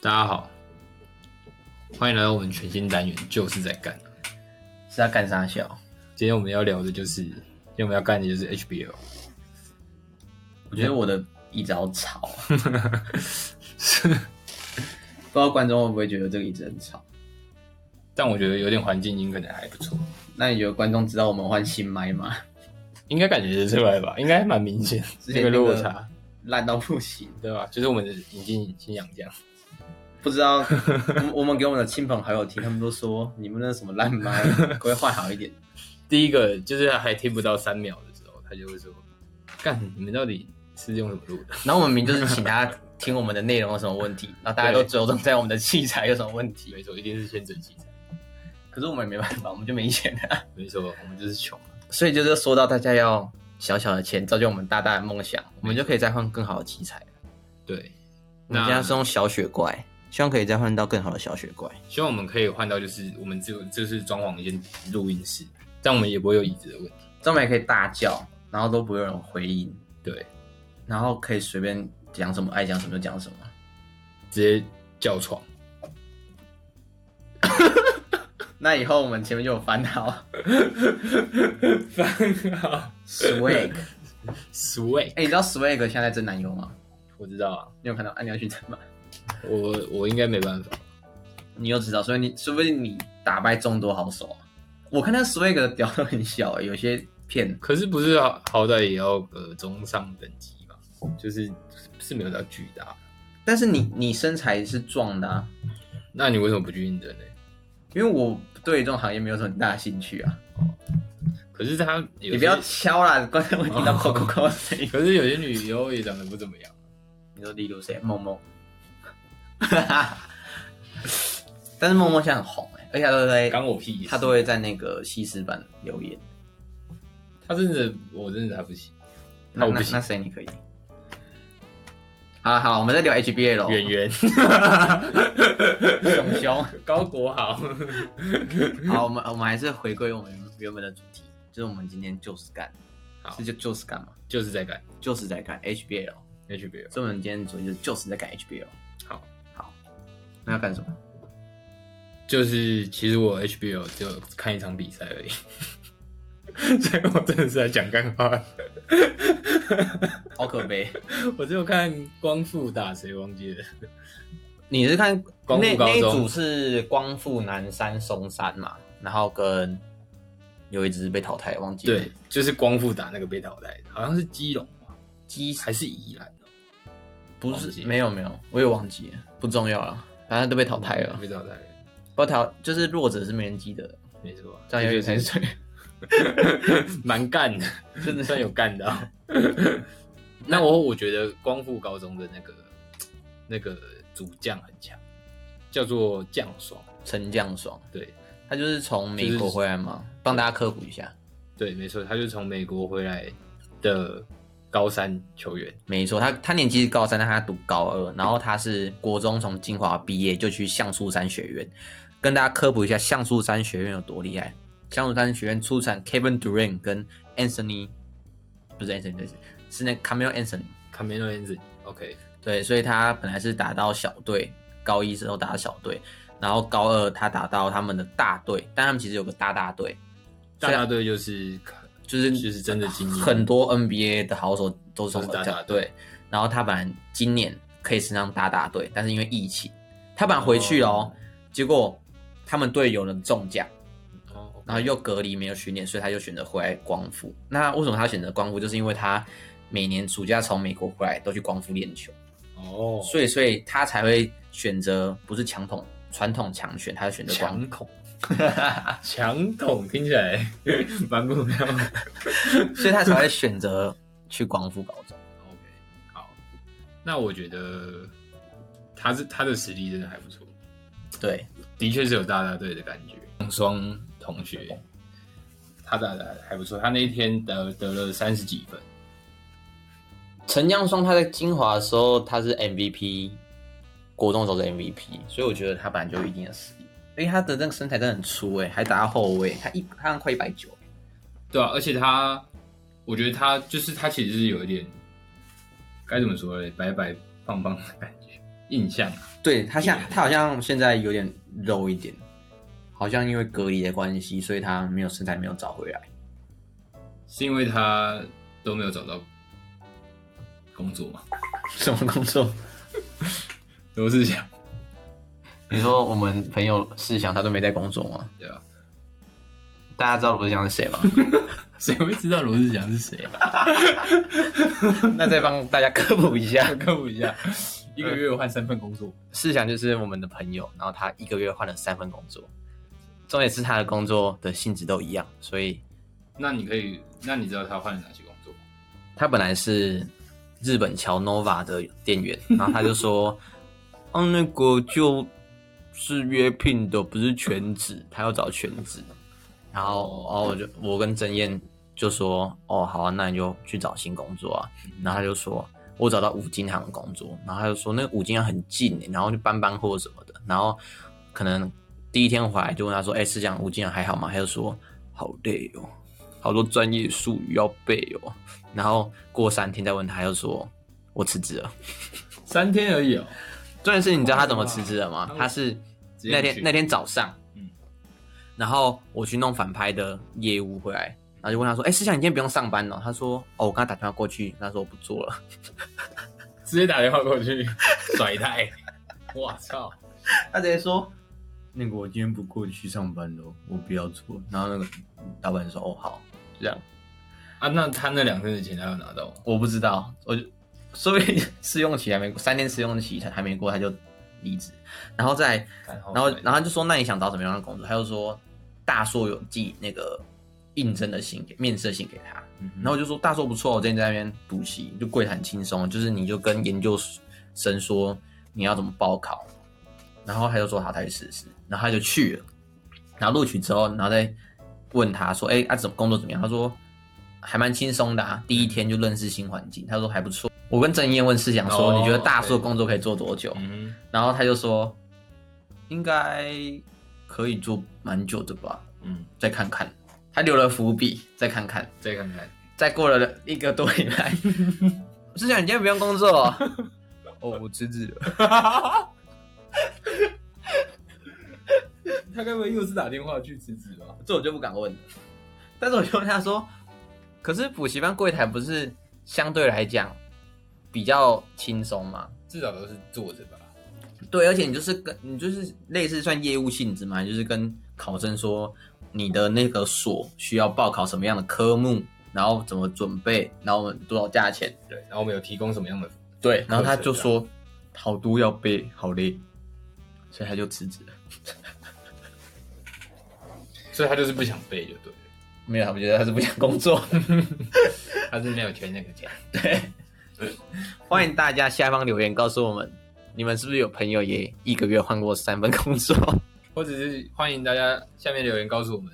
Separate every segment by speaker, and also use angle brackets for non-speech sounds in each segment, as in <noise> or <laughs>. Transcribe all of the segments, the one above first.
Speaker 1: 大家好，欢迎来到我们全新单元，就是在干。
Speaker 2: 是要干啥小？
Speaker 1: 今天我们要聊的就是，今天我们要干的就是 HBO，
Speaker 2: 我觉得我的椅子好吵 <laughs> 啊，不知道观众会不会觉得这个椅子很吵？
Speaker 1: 但我觉得有点环境音可能还不错，
Speaker 2: 那你觉得观众知道我们换新麦吗？
Speaker 1: 应该感觉得出来吧？应该蛮明显
Speaker 2: 之
Speaker 1: 这
Speaker 2: 前
Speaker 1: 个
Speaker 2: 那个
Speaker 1: 落差，
Speaker 2: 烂到不行，
Speaker 1: 对吧？就是我们的引进新洋将，
Speaker 2: 不知 <laughs> 道我们我们给我们的亲朋好友听，他们都说你们那什么烂麦，可不可以换好一 <laughs> 点？
Speaker 1: 第一个就是还听不到三秒的时候，他就会说：“干，你们到底是用什么录的
Speaker 2: 然后我们明明就是请大家听我们的内容有什么问题，然后大家都
Speaker 1: 对
Speaker 2: 着重在我们的器材有什么问？”题，
Speaker 1: 没错，一定是先整器材。
Speaker 2: 可是我们也没办法，我们就没钱啊。
Speaker 1: 没错，我们就是穷啊。
Speaker 2: 所以就是说到大家要小小的钱造就我们大大的梦想，我们就可以再换更好的器材。
Speaker 1: 对，
Speaker 2: 我们现在是用小雪怪，希望可以再换到更好的小雪怪。
Speaker 1: 希望我们可以换到就是我们只有就是装潢一间录音室，但我们也不会有椅子的问题。
Speaker 2: 这样我们也可以大叫，然后都不会有人回应，
Speaker 1: 对，
Speaker 2: 然后可以随便讲什么，爱讲什么就讲什么。
Speaker 1: 直接叫床。
Speaker 2: 那以后我们前面就有烦恼。
Speaker 1: <laughs> 烦啊好
Speaker 2: <laughs> Swag，
Speaker 1: ，sweet，
Speaker 2: 哎、你知道 Swag 现在在真男友吗？
Speaker 1: 我知道啊，
Speaker 2: 你有看到？哎、你要去争吗？
Speaker 1: 我我应该没办法。
Speaker 2: 你又知道，所以你说不定你打败众多好手啊。我看那 Swag 的屌都很小、有些片
Speaker 1: 可是不是好好歹也要个中上等级嘛，就是是没有到巨大。
Speaker 2: 但是你你身材是壮的啊，
Speaker 1: 那你为什么不去应征呢？
Speaker 2: 因为我对这种行业没有什么很大的兴趣啊。
Speaker 1: 可是他有些
Speaker 2: 你不要敲啦，观众会听 <laughs> 到“扣扣扣”的声音。
Speaker 1: 可是有些女优也长得不怎么样。
Speaker 2: 你说例如谁？梦梦，但是梦梦现在很红哎、而且她都
Speaker 1: 干
Speaker 2: 在，
Speaker 1: 我屁事！
Speaker 2: 她都会在那个西施版留言。
Speaker 1: 他真的，我真的还不行。
Speaker 2: 那
Speaker 1: 那我
Speaker 2: 那
Speaker 1: 不行
Speaker 2: 那谁你可以？好了好了，我们在聊 HBA 喽。
Speaker 1: 演员
Speaker 2: 熊熊。
Speaker 1: 高国豪，
Speaker 2: 好，我们我们还是回归我们原本的主题，就是我们今天就是干，
Speaker 1: 好
Speaker 2: 是就就是干嘛？
Speaker 1: <laughs> 就是在干
Speaker 2: 就是在干 HBA 喽。
Speaker 1: HBO。
Speaker 2: 所以我们今天主题就是就是在干 HBA 喽。
Speaker 1: 好，
Speaker 2: 好，那要干什么？
Speaker 1: 就是其实我 HBO 只有看一场比赛而已， <laughs> 所以我真的是在讲干话。
Speaker 2: 好可悲。
Speaker 1: 我只有看光复打谁忘记了，
Speaker 2: 你是看
Speaker 1: 光复
Speaker 2: 那
Speaker 1: 高
Speaker 2: 那一
Speaker 1: 中
Speaker 2: 组是光复南山松山嘛，然后跟有一只被淘汰，忘记了
Speaker 1: 对，就是光复打那个被淘汰的，好像是基隆吧，
Speaker 2: 鸡
Speaker 1: 还是宜兰哦
Speaker 2: 不
Speaker 1: 忘记
Speaker 2: 是
Speaker 1: 了
Speaker 2: 没有没有，我也忘记了，不重要了，反正都被淘汰了。
Speaker 1: 哦被淘汰了，
Speaker 2: 不淘就是弱者是没人记得
Speaker 1: <laughs>
Speaker 2: 的，
Speaker 1: 没错，
Speaker 2: 这样有
Speaker 1: 才
Speaker 2: 点才水，
Speaker 1: <laughs> 蛮干的，
Speaker 2: 真的
Speaker 1: 算有干到。那我我觉得光复高中的那个那个主将很强，叫做将爽，
Speaker 2: 陈将爽，
Speaker 1: 对
Speaker 2: 他就是从美国回来嘛，帮大家科普一下，
Speaker 1: 对，没错，他就从美国回来的高三球员。
Speaker 2: 没错，他他年纪是高三，但他读高二，然后他是国中从清华毕业，就去橡树山学院。跟大家科普一下，橡树山学院有多厉害。橡树山学院出产 Kevin Durant 跟 Anthony，不是 Anthony，对是是那 Camille Anthony。
Speaker 1: 卡梅伦子，OK，
Speaker 2: 对，所以他本来是打到小队，高一之后打到小队，然后高二他打到他们的大队，但他们其实有个大大队，
Speaker 1: 大大队就是
Speaker 2: 就是
Speaker 1: 就是真的精英，
Speaker 2: 很多 NBA 的好手都是从
Speaker 1: 都是大大队
Speaker 2: 队，然后他本来今年可以升上大大队，但是因为疫情，他本来回去了哦，结果他们队有人中奖，
Speaker 1: 哦，
Speaker 2: 然后又隔离没有训练，所以他就选择回来光复。那为什么他选择光复？就是因为他每年暑假从美国回来都去光复练球，
Speaker 1: 哦，
Speaker 2: 所以所以他才会选择不是强统传统强选，他选择光复。
Speaker 1: 强 <laughs> 统，强统听起来蛮不妙的。
Speaker 2: 所以他才会选择去光复高中。
Speaker 1: OK，好，那我觉得他是他的实力真的还不错，
Speaker 2: 对，
Speaker 1: 的确是有大大队的感觉。双同学，他打的还不错，他那一天得得了三十几分，
Speaker 2: 陈江双他在金华的时候他是 MVP，国中的时候是 MVP，所以我觉得他本来就有一定的实力。因为他的那个身材真的很粗哎、还打到后卫，他一他好像快一百九，
Speaker 1: 对啊，而且他，我觉得他就是他其实是有一点该怎么说嘞，白白胖胖的感觉，印象啊，
Speaker 2: 对他像他好像现在有点肉一点，好像因为隔离的关系，所以他没有身材没有找回来。 <laughs>
Speaker 1: 是因为他都没有找到工作嘛？
Speaker 2: 什么工作？
Speaker 1: 都是想
Speaker 2: 你说我们朋友世祥他都没在工作吗？
Speaker 1: 对啊，
Speaker 2: 大家知道罗志祥是谁吗？
Speaker 1: 谁会知道罗志祥是谁 <laughs> 啊？
Speaker 2: <laughs> 那再帮大家科普一下，
Speaker 1: 科普一下，一个月换三份工作，
Speaker 2: 世祥就是我们的朋友，然后他一个月换了三份工作，重点是他的工作的性质都一样，所以
Speaker 1: 那你可以，那你知道他换了哪些工作？
Speaker 2: 他本来是日本桥 Nova 的店员， <laughs> 然后他就说，啊，那个就是约聘的，不是全职，他要找全职。然后，然后我就我跟曾燕就说，哦，好啊，那你就去找新工作啊。然后他就说，我找到五金行的工作，然后他就说那个五金行很近耶，然后就搬搬货什么的。然后可能第一天回来就问他说，哎、是这样，五金行还好吗？他就说好累哦，好多专业术语要背哦。然后过三天再问他，又说我辞职了。
Speaker 1: 三天而已哦，
Speaker 2: 重点是，你知道他怎么辞职的吗
Speaker 1: 哇？
Speaker 2: 他是
Speaker 1: 直接
Speaker 2: 那天
Speaker 1: 去
Speaker 2: 那天早上，
Speaker 1: 嗯
Speaker 2: 然后我去弄反拍的业务回来，然后就问他说：“哎、思想你今天不用上班了？”他说：“哦，我刚才打电话过去，他说我不做了。
Speaker 1: 直接打电话过 <laughs> 去甩台，我操！”
Speaker 2: <laughs> 他直接说：“那个我今天不过去上班了，我不要做。”然后那个老板说：“哦，好，这样
Speaker 1: 啊，那他那两天的钱他有拿到吗？
Speaker 2: 我不知道，我就所以 <laughs> 试用期还没过，三天试用期才还没过，他就离职，然后再。”
Speaker 1: 哦
Speaker 2: 然后然后他就说那你想找什么样的工作？他就说大硕有寄那个应征的信给面试信给他，
Speaker 1: 嗯
Speaker 2: 然后我就说大硕不错，我之前在那边补习，就柜台很轻松，就是你就跟研究生说你要怎么报考，然后他就说好，他去试试，然后他就去了，然后录取之后，然后再问他说，哎，啊怎么工作怎么样？他说还蛮轻松的啊，第一天就认识新环境，他说还不错。我跟郑燕问思想说，
Speaker 1: 哦
Speaker 2: 你觉得大硕工作可以做多久？
Speaker 1: 嗯
Speaker 2: 然后他就说，应该可以做蛮久的吧，
Speaker 1: 哼嗯，
Speaker 2: 再看看。他留了伏笔，再看看。
Speaker 1: 再看看，
Speaker 2: 再过了一个多礼拜， <laughs> 思想你今天不用工作、哦，哦，我辞职了。
Speaker 1: 他该不会又是打电话去辞职吧？
Speaker 2: 这我就不敢问了。但是我就问他说，可是补习班柜台不是相对来讲比较轻松吗？
Speaker 1: 至少都是坐着吧。
Speaker 2: 对，而且你就是跟你就是类似算业务性质嘛，你就是跟考生说你的那个所需要报考什么样的科目，然后怎么准备，然后多少价钱。
Speaker 1: 对，然后我们有提供什么样的服务？
Speaker 2: 对，然后他
Speaker 1: 课程
Speaker 2: 就
Speaker 1: 这样
Speaker 2: 说好多要背，好累，所以他就辞职了。
Speaker 1: 所以他就是不想背就对了，
Speaker 2: 没有，我觉得他是不想工作。 <laughs>
Speaker 1: 他是没有缺那个钱。
Speaker 2: 欢迎大家下方留言告诉我们，你们是不是有朋友也一个月换过三份工作？
Speaker 1: <laughs>
Speaker 2: <laughs>
Speaker 1: 或者是欢迎大家下面留言告诉我们，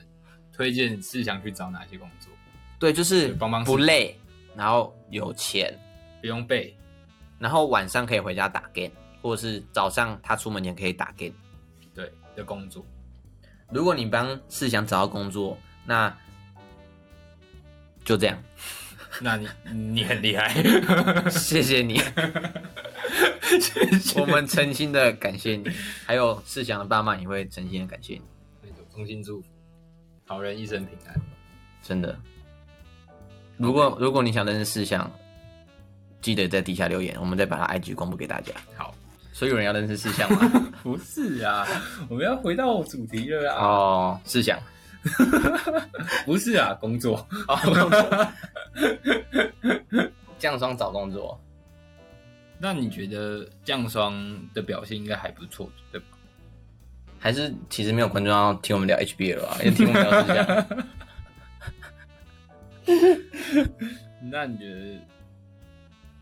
Speaker 1: 推荐是想去找哪些工作，
Speaker 2: 对，就是
Speaker 1: 帮帮
Speaker 2: 不
Speaker 1: 手
Speaker 2: 累，然后有钱，
Speaker 1: 不用背，
Speaker 2: 然后晚上可以回家打 game，或者是早上他出门前可以打 game。
Speaker 1: 对的工 <laughs> 作。
Speaker 2: 如果你帮是想找到工作，那就这样， <laughs>
Speaker 1: 那你你很厉 <laughs> 害，
Speaker 2: 谢谢 <laughs> 你，我们诚心的感谢你，还有世祥的爸妈也会诚心的感谢你，
Speaker 1: 衷心祝福，好人一生平安。
Speaker 2: 真的。如果如果你想认识世祥，记得在底下留言，我们再把他 IG 公布给大家。
Speaker 1: 好，
Speaker 2: 所以有人要认识世祥吗？
Speaker 1: 不是啊，我们要回到主题了啊，
Speaker 2: <laughs> 哦，世祥，
Speaker 1: 不是啊，工作。
Speaker 2: 降霜找工作，
Speaker 1: 那你觉得降霜的表现应该还不错，对吧？
Speaker 2: 还是其实没有观众要听我们聊 HBL 啊，也听我们聊世祥。
Speaker 1: 那你觉得？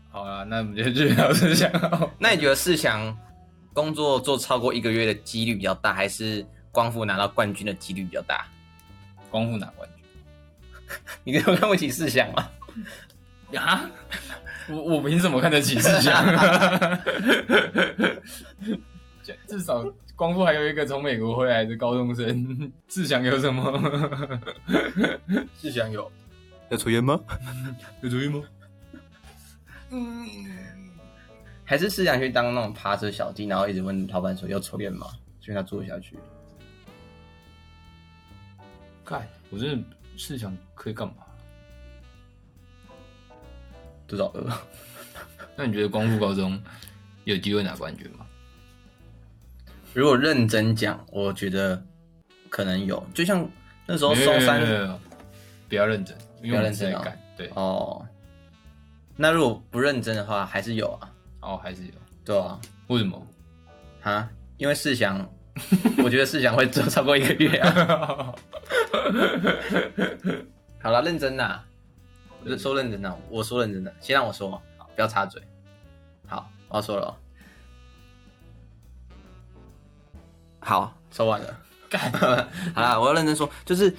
Speaker 1: 好啦，那我们就去聊这项好。
Speaker 2: 那你觉得世祥工作做超过一个月的几率比较大，还是光复拿到冠军的几率比较大？ <laughs>
Speaker 1: 光复拿冠
Speaker 2: 你有看不起世祥吗？
Speaker 1: 军啊？我我凭什么看得起世祥？至少光复还有一个从美国回来的高中生，志祥有什么？志祥有
Speaker 2: 要抽烟吗？
Speaker 1: 有主意吗？
Speaker 2: 嗯还是是想去当那种扒车小弟，然后一直问老板说要抽烟吗？所以他做下去。
Speaker 1: 干，我真的是想可以干嘛？
Speaker 2: 多少呃饿？
Speaker 1: 那你觉得光复高中有机会拿冠军吗？
Speaker 2: 如果认真讲，我觉得可能有，就像那时候松山
Speaker 1: 没有没有没有没有不要认真，因为我们是在
Speaker 2: 不要认真
Speaker 1: 干。对，
Speaker 2: 哦。那如果不认真的话，还是有啊，
Speaker 1: 哦，还是有。
Speaker 2: 对啊，
Speaker 1: 为什么？
Speaker 2: 啊，因为世祥， <laughs> 我觉得世祥会做超过一个月啊。好了，认真啦，我就说认真的，我说认真的，先让我说，不要插嘴。好，我要说了哦。好，说完了。 <laughs> 好啦，我要认真说，就是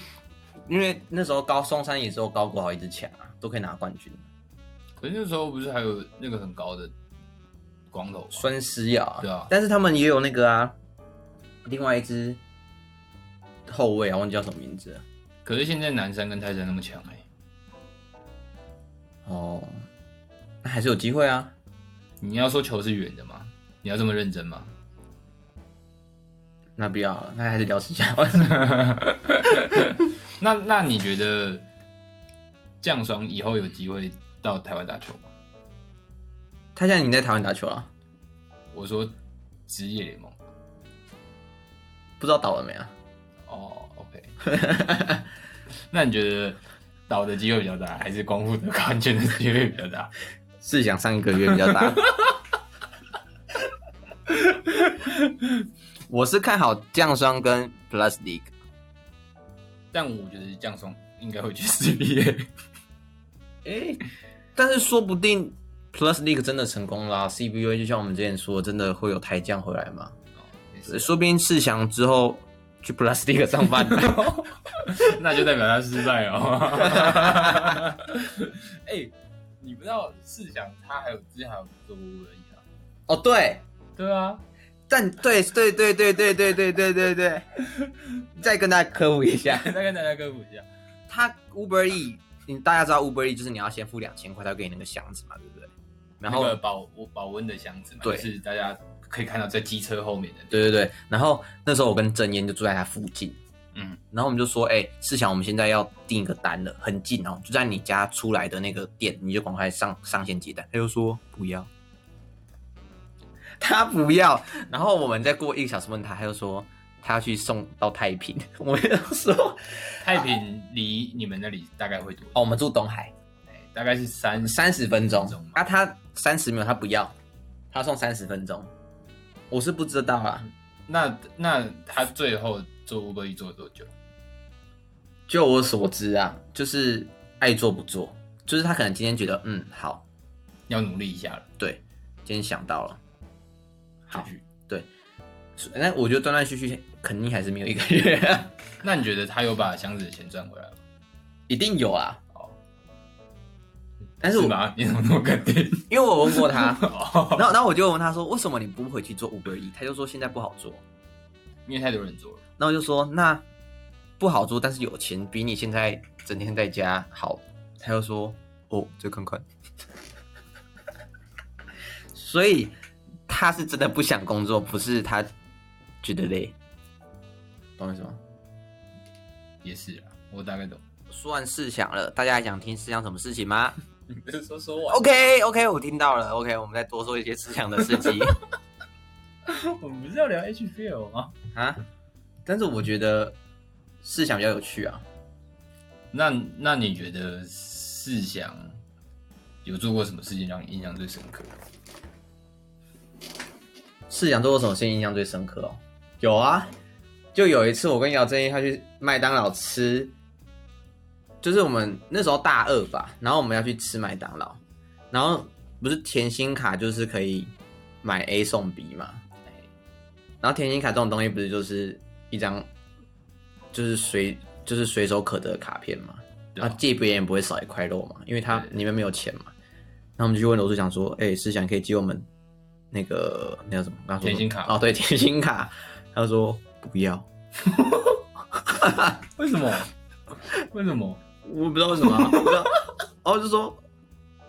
Speaker 2: 因为那时候高松山也只有高国豪一支强啊，都可以拿冠军。
Speaker 1: 可是那时候不是还有那个很高的光头吗？
Speaker 2: 孙思瑶啊，
Speaker 1: 对啊
Speaker 2: 但是他们也有那个啊，另外一支后卫啊，忘记叫什么名字了。
Speaker 1: 可是现在南山跟泰山那么强哎、
Speaker 2: 哦，那还是有机会啊。
Speaker 1: 你要说球是圆的吗？你要这么认真吗？
Speaker 2: 那不要了，那还是聊私下。
Speaker 1: 那那你觉得降爽以后有机会到台湾打球吗？
Speaker 2: 他现在已经在台湾打球了，
Speaker 1: 我说职业联盟。
Speaker 2: 不知道倒了没啊？
Speaker 1: 哦，OK。那你觉得倒的机会比较大，还是光复的冠军的机会比较大？
Speaker 2: 是想上一个月比较 <laughs> 大。我是看好降霜跟 Plus League，
Speaker 1: <laughs> 但我觉得降爽应该会去 CBA。
Speaker 2: 哎、但是说不定 Plus League 真的成功啦、c b u 就像我们之前说，真的会有台降回来嘛？
Speaker 1: 哦也是
Speaker 2: 说不定世祥之后去 Plus League 上班， <laughs>
Speaker 1: 那就代表他失败哦。 <laughs> 哎、你不知道试想他还有之前还有做过而已啊。
Speaker 2: 哦，对，
Speaker 1: <laughs> 对啊，
Speaker 2: 但对对对对对对对对对对，再跟大家科普一下，
Speaker 1: 再 <laughs> 跟大家科普一下，
Speaker 2: 他 Uber E，你大家知道 Uber E 就是你要先付两千块，他会给你那个箱子嘛，对不对？然后、
Speaker 1: 那个保保温的箱子嘛，就
Speaker 2: 对
Speaker 1: 是大家可以看到在机车后面的。
Speaker 2: 对对对，然后那时候我跟郑燕就住在他附近，
Speaker 1: 嗯，
Speaker 2: 然后我们就说，哎、世祥，我们现在要订一个单了，很近哦，就在你家出来的那个店，你就赶快上上线接单。他就说不要，他不要。然后我们再过一个小时问他，他就说他要去送到太平。 <laughs> 我就说，
Speaker 1: 太平离你们那里大概会多久？
Speaker 2: 哦，我们住东海，
Speaker 1: 哎大概是三
Speaker 2: 三十分钟
Speaker 1: 分钟吗。
Speaker 2: 啊，他三十秒他不要，他送三十分钟。我是不知道啊，
Speaker 1: 那那他最后做 Uber E 做了多久？
Speaker 2: 就我所知啊，就是爱做不做，就是他可能今天觉得嗯好，
Speaker 1: 要努力一下了，
Speaker 2: 对，今天想到了，好
Speaker 1: 继续
Speaker 2: 所以那我觉得断断续续肯定还是没有一个月、 <laughs>
Speaker 1: 那你觉得他有把箱子的钱赚回来吗？
Speaker 2: 一定有啊。
Speaker 1: 哦，
Speaker 2: 但是我
Speaker 1: 吧，你怎么那么肯定？，
Speaker 2: 因为我问过 <laughs> 他
Speaker 1: 哦
Speaker 2: 然后然后我就问他说，为什么你不回去做 Uber E？他就说现在不好做，
Speaker 1: 因为太多人做了。
Speaker 2: 然后我就说那不好做，但是有钱比你现在整天在家好。他就说哦，再看看。所以他是真的不想工作，不是他觉得累，懂我意思吗？
Speaker 1: 也是啊，我大概懂。
Speaker 2: 说完事想了，大家还想听事想什么事情吗？
Speaker 1: 你不是说啊说完？
Speaker 2: OK OK，我听到了。OK，我们再多说一些思想的事情
Speaker 1: <laughs>
Speaker 2: <laughs>
Speaker 1: 我们不是要聊 HBO 吗？
Speaker 2: 啊。但是我觉得思想比较有趣啊。
Speaker 1: 那那你觉得世祥有做过什么事情让你印象最深刻？
Speaker 2: 思想做过什么事情印象最深刻哦？有啊，就有一次我跟姚正义他去麦当劳吃，就是我们那时候大二吧，然后我们要去吃麦当劳，然后不是甜心卡就是可以买 A 送 B 嘛，然后甜心卡这种东西不是就是一张就是随就是随手可得的卡片嘛，
Speaker 1: 对
Speaker 2: 然
Speaker 1: 啊
Speaker 2: 后借别人也不会少一块肉嘛，因为它
Speaker 1: 对
Speaker 2: 里面没有钱嘛。然后我们就去问罗志祥说：“哎、思想可以借我们那个那叫什么？刚刚说什么
Speaker 1: 甜心卡
Speaker 2: 哦，对， <laughs> 甜心卡。”他就说：“不要。
Speaker 1: 为什么？ <laughs> 为什么？”
Speaker 2: 我不知道为什么 <laughs> 哦啊啊、我不知道。然后我就说：“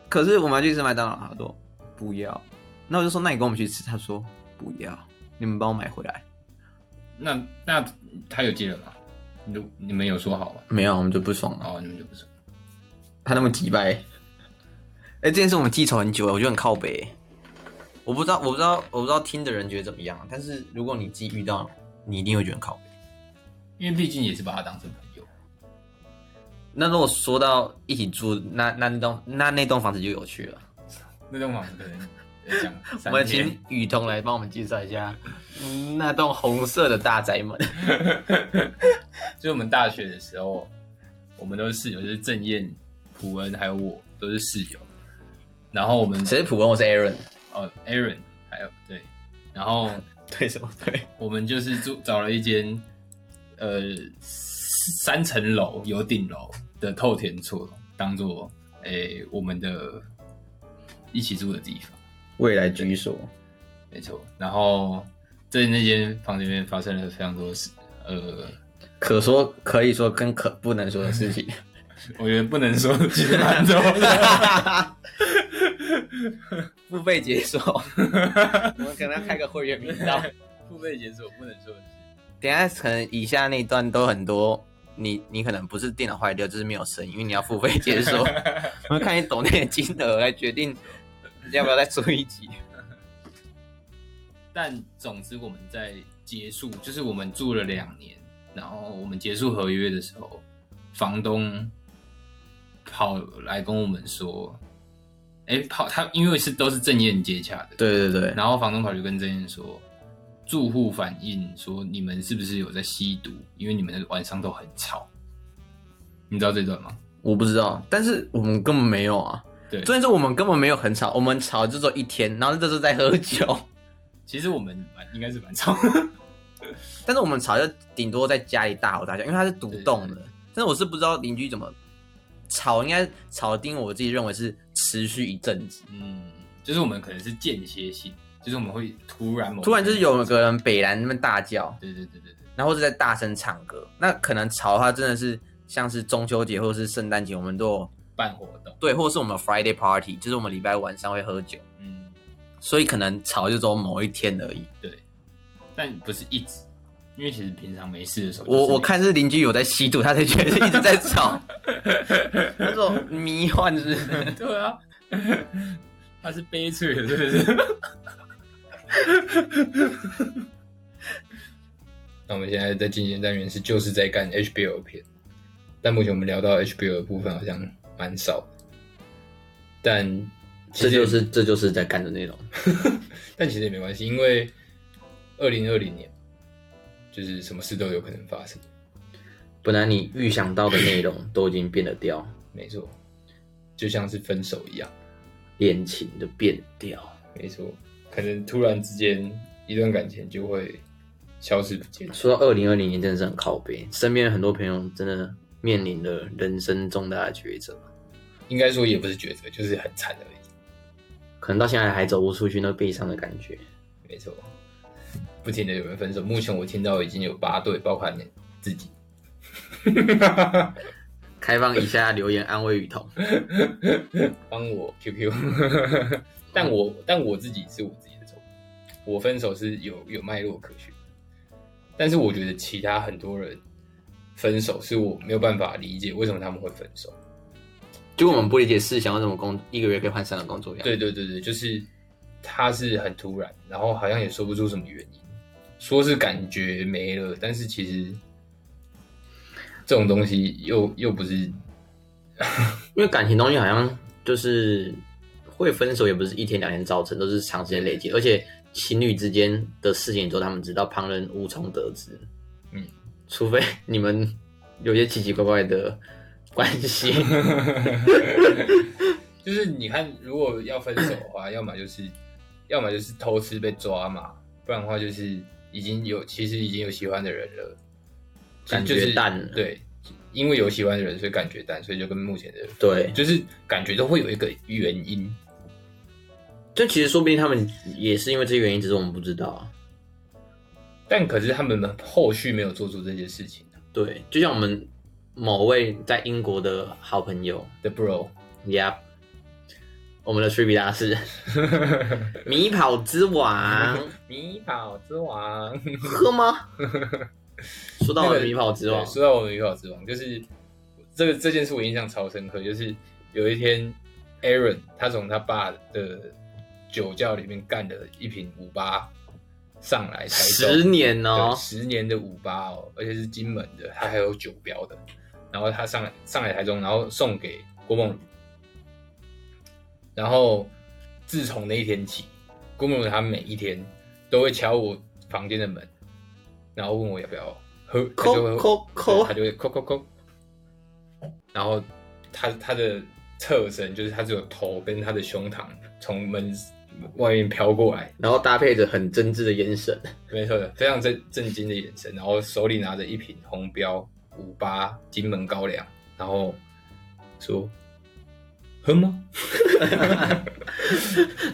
Speaker 2: 可是我们要去吃麦当劳。”他说：“不要。”那我就说那你跟我们去吃，他说不要，你们帮我买回来。
Speaker 1: 那那他有接了吗？你都你们有说好吗？
Speaker 2: 没有，我们就不爽了。
Speaker 1: 哦，你们就不说。
Speaker 2: 他那么急掰。哎、这件事我们记仇很久了，我觉得很靠北。我不知道，我不知道，我不知道听的人觉得怎么样，但是如果你自己遇到，你一定会觉得很靠北。
Speaker 1: 因为毕竟也是把他当成朋友。
Speaker 2: 那如果说到一起住，那那那栋那那栋房子就有趣了。
Speaker 1: 那栋房子可能要讲
Speaker 2: <laughs> 我
Speaker 1: 三
Speaker 2: 们
Speaker 1: 天
Speaker 2: 请，雨桐来帮我们介绍一下嗯那栋红色的大宅门。
Speaker 1: 就是我们大学的时候，我们都是室友，就是郑燕、普恩还有我都是室友。然后我们
Speaker 2: <laughs> 谁是普文？我是 Aaron。
Speaker 1: 哦，Aaron 还有对，然后
Speaker 2: 对什么对？
Speaker 1: 我们就是住找了一间呃三层楼有顶楼的透天厝，当做诶、我们的一起住的地方，
Speaker 2: 未来居所。
Speaker 1: 没错。然后在那间房间里面发生了非常多事，呃，
Speaker 2: 可说可以说跟可不能说的事情。
Speaker 1: 我觉得不能说其实蛮多
Speaker 2: <laughs>
Speaker 1: 的，
Speaker 2: 付费解锁，我们可能要开个会员频道。
Speaker 1: 付费解锁不能说的事。
Speaker 2: 等一下可能以下那一段都很多，你你可能不是电脑坏掉，就是没有声音，因为你要付费解 <laughs> 锁。我们看你抖那个金额来决定要不要再做一集。
Speaker 1: 但总之，我们在结束，就是我们住了两年，然后我们结束合约的时候，房东跑来跟我们说，哎、跑他因为是都是正燕接洽的，，
Speaker 2: 对对对，
Speaker 1: 然后房东跑去跟正燕说，住户反映说你们是不是有在吸毒，因为你们晚上都很吵，你知道这段吗？
Speaker 2: 我不知道，但是我们根本没有啊。
Speaker 1: 对，
Speaker 2: 虽然说我们根本没有很吵，我们吵就只有一天，然后这是在喝酒，
Speaker 1: 其实我们蛮应该是蛮吵，
Speaker 2: 但是我们吵就顶多在家里大吼大叫，因为它是独栋
Speaker 1: 对
Speaker 2: 的。但是我是不知道邻居怎么吵，应该吵定我自己认为是持续一阵子，
Speaker 1: <laughs> 嗯，就是我们可能是间歇性，就是我们会突然某
Speaker 2: 突然就是有个人北兰那边大叫，
Speaker 1: 对对对对对。
Speaker 2: 然后或者在大声唱歌，那可能吵的话真的是像是中秋节或者是圣诞节，我们都有
Speaker 1: 办活动，
Speaker 2: 对，或者是我们 Friday party，就是我们礼拜晚上会喝酒，
Speaker 1: 嗯，
Speaker 2: 所以可能吵就只有某一天
Speaker 1: <laughs>
Speaker 2: 而已。
Speaker 1: 但不是一直，因为其实平常没事的时候就是没，
Speaker 2: 我我看是邻居有在吸毒，他才觉得一直在吵，那种迷幻是不是？
Speaker 1: <laughs> 对啊， <laughs> 他是悲催的，是 <laughs> 不是？那我们现在在进行单元是就是在干 HBO 片，但目前我们聊到 HBO 的部分好像蛮少的，但其实也
Speaker 2: 这就是在干的内容。
Speaker 1: 但其实也没关系，因为二零二零年就是什么事都有可能发生，
Speaker 2: 本来你预想到的内容都已经变得掉， <clears throat>
Speaker 1: 没错，就像是分手一样。
Speaker 2: 恋情就变掉。
Speaker 1: 没错，可能突然之间一段感情就会消失不见。
Speaker 2: 说到二零二零年，真的是很靠背，身边很多朋友真的面临了人生重大的抉择，
Speaker 1: 应该说也不是抉择，就是很惨而已。
Speaker 2: 可能到现在还走不出去那悲伤的感觉。
Speaker 1: 没错，不停的有人分手，目前我听到已经有八对，包括你自己。
Speaker 2: 开放一下留言安慰雨桐，
Speaker 1: 帮我 QQ，但我但我自己是我自己的错，我分手是有有脉络可循，但是我觉得其他很多人分手是我没有办法理解为什么他们会分手。
Speaker 2: <laughs> 就我们不理解是想要怎么工，一个月可以换三个工作一样。
Speaker 1: 对对对对，就是他是很突然，然后好像也说不出什么原因，说是感觉没了，但是其实这种东西又又不
Speaker 2: <laughs>
Speaker 1: 是
Speaker 2: 因为感情东西好像就是会分手，也不是一天两天造成，都是长时间累积，而且情侣之间的事情，都他们知道，旁人无从得知。
Speaker 1: 嗯，
Speaker 2: 除非你们有些奇奇怪怪的关系，
Speaker 1: 就是你看，如果要分手的话，要么就是，要么就是偷吃被抓嘛，不然的话就是已经有其实已经有喜欢的人了，就
Speaker 2: 感觉淡了
Speaker 1: 就是对，因为有喜欢的人，所以感觉淡，所以就跟目前的
Speaker 2: 对，
Speaker 1: 就是感觉都会有一个原因。
Speaker 2: 就其实说不定他们也是因为这些原因，只是我们不知道啊。
Speaker 1: 但可是他们后续没有做出这些事情啊
Speaker 2: 对，就像我们某位在英国的好朋友
Speaker 1: ，The Bro，
Speaker 2: ，Yep，我们的 t r i 大师，迷跑之王， <laughs>
Speaker 1: 迷跑之王，
Speaker 2: 喝吗？ <laughs> 说到我的迷跑之王
Speaker 1: 对，说到我的迷跑之王，就是这个这件事我印象超深刻，就是有一天 Aaron 他从他爸的酒窖里面干了一瓶五八上来台中，
Speaker 2: 十年哦
Speaker 1: 对，十年的五八哦，而且是金门的，它还有酒标的。然后他上来上来台中，然后送给郭梦如。然后自从那一天起，郭梦如她每一天都会敲我房间的门，然后问我要不要喝，她就会
Speaker 2: 扣扣扣
Speaker 1: 他，就会扣扣扣。然后他他的侧身就是他只有头跟他的胸膛从门外面飘过来，
Speaker 2: 然后搭配着很真挚的眼神，
Speaker 1: 没错，非常震震惊的眼神，然后手里拿着一瓶红标五八金门高粱，然后说：“喝吗